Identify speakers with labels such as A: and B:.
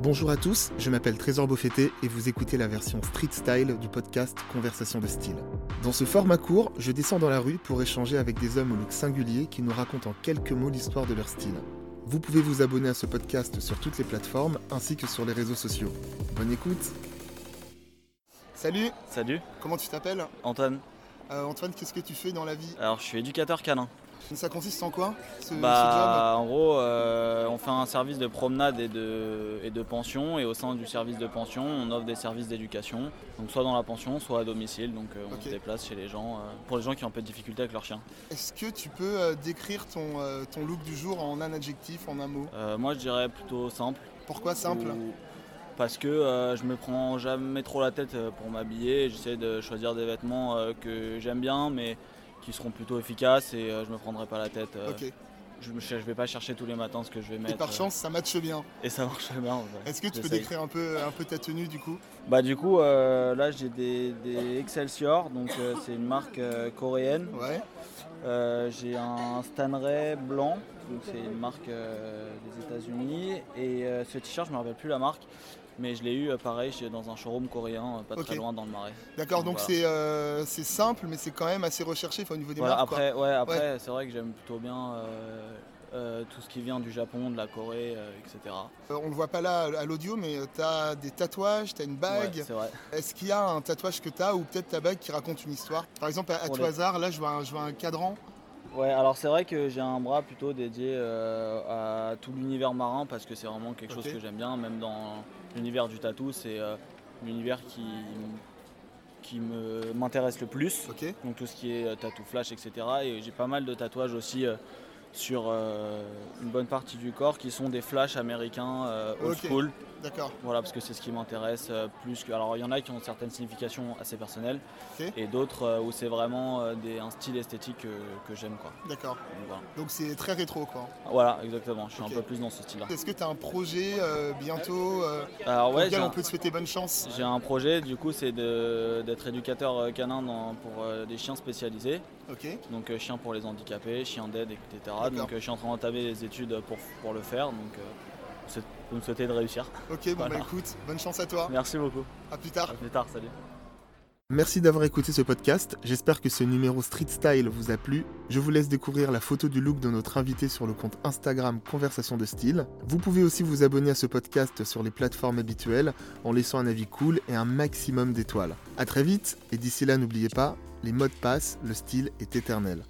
A: Bonjour à tous, je m'appelle Trésor Beaufetté et vous écoutez la version street style du podcast Conversation de style. Dans ce format court, je descends dans la rue pour échanger avec des hommes au look singulier qui nous racontent en quelques mots l'histoire de leur style. Vous pouvez vous abonner à ce podcast sur toutes les plateformes ainsi que sur les réseaux sociaux. Bonne écoute Salut,
B: Salut,
A: comment tu t'appelles
B: Antoine.
A: Euh, Antoine, qu'est-ce que tu fais dans la vie
B: Alors je suis éducateur canin.
A: Ça consiste en quoi ce,
B: Bah en gros, euh, on fait un service de promenade et de, et de pension et au sein du service de pension, on offre des services d'éducation, donc soit dans la pension, soit à domicile, donc euh, on
A: Ok.
B: se déplace chez les gens, euh, pour les gens qui ont un peu de difficulté avec leur chien.
A: ce job Est-ce que tu peux euh, décrire ton, euh, ton look du jour en un adjectif, en un mot
B: Euh, moi je dirais plutôt simple.
A: Pourquoi simple
B: Ou- Euh, Parce que euh, je me prends jamais trop la tête euh, pour m'habiller, j'essaie de choisir des vêtements euh, que j'aime bien mais qui seront plutôt efficaces et euh, je me prendrai pas la tête. euh,
A: Ok,
B: Je ne vais pas chercher tous les matins ce que je vais mettre.
A: et par
B: euh,
A: chance ça matche bien.
B: Et ça marche bien. en vrai.
A: Est-ce que tu peux
B: J'essaye.
A: décrire un peu, un peu ta tenue du coup
B: Bah du coup, euh, là j'ai des, des Excelsior, donc euh, c'est une marque euh, coréenne.
A: Ouais.
B: Euh, j'ai un Stanley blanc, donc c'est une marque euh, des États-Unis. Et euh, ce t-shirt, je me rappelle plus la marque, mais je l'ai eu euh, pareil chez- dans un showroom coréen, euh, pas
A: Ok.
B: très loin dans le Marais.
A: D'accord, donc
B: Voilà.
A: c'est euh, c'est simple, mais c'est quand même assez recherché enfin, au niveau des
B: Voilà,
A: marques. quoi.
B: après, ouais, après c'est vrai que j'aime plutôt bien euh, euh, tout ce qui vient du Japon, de la Corée, euh, etc.
A: Euh, on le voit pas là à l'audio, mais tu as des tatouages, tu as une bague.
B: Ouais, c'est vrai.
A: Est-ce qu'il y a un tatouage que tu as ou peut-être ta bague qui raconte une histoire Par exemple, à, à
B: Pour
A: tout
B: les-
A: hasard, là je vois un, je vois un cadran.
B: Ouais, alors c'est vrai que j'ai un bras plutôt dédié euh, à tout l'univers marin parce que c'est vraiment quelque chose
A: Ok.
B: que j'aime bien, même dans l'univers du tatou, c'est euh, l'univers qui, m- qui me- m'intéresse le plus.
A: Ok.
B: Donc tout ce qui est euh, tatou flash, etc. Et j'ai pas mal de tatouages aussi euh, sur euh, une bonne partie du corps qui sont des flashs américains euh, old
A: Ok.
B: school.
A: D'accord.
B: Voilà, parce que c'est ce qui m'intéresse euh, plus que. Alors, il y en a qui ont certaines significations assez personnelles
A: Ok.
B: et d'autres euh, où c'est vraiment euh, des, un style esthétique euh, que j'aime, quoi.
A: D'accord.
B: Donc, voilà.
A: Donc c'est très rétro quoi.
B: Voilà, exactement. Je suis
A: Ok.
B: un peu plus dans ce style-là.
A: Est-ce que tu as un projet euh, bientôt euh,
B: Alors ouais,
A: auquel
B: j'ai
A: on
B: un,
A: peut te souhaiter bonne chance
B: j'ai un projet. Du coup, c'est de- d'être éducateur euh, canin dans- pour euh, des chiens spécialisés.
A: Ok.
B: Donc euh, chiens pour les handicapés, chiens d'aide, etc.
A: D'accord.
B: Donc euh, je suis en train d'entamer les études pour, pour le faire. Donc euh, c'est- vous me souhaitez de réussir.
A: Ok, bon
B: Voilà.
A: bah écoute, bonne chance à toi.
B: Merci beaucoup.
A: À plus tard.
B: À plus tard. Salut.
A: Merci d'avoir écouté ce podcast, j'espère que ce numéro Street Style vous a plu. Je vous laisse découvrir la photo du look de notre invité sur le compte Instagram Conversation de Style. Vous pouvez aussi vous abonner à ce podcast sur les plateformes habituelles en laissant un avis cool et un maximum d'étoiles. A très vite, et d'ici là n'oubliez pas, les modes passent, le style est éternel.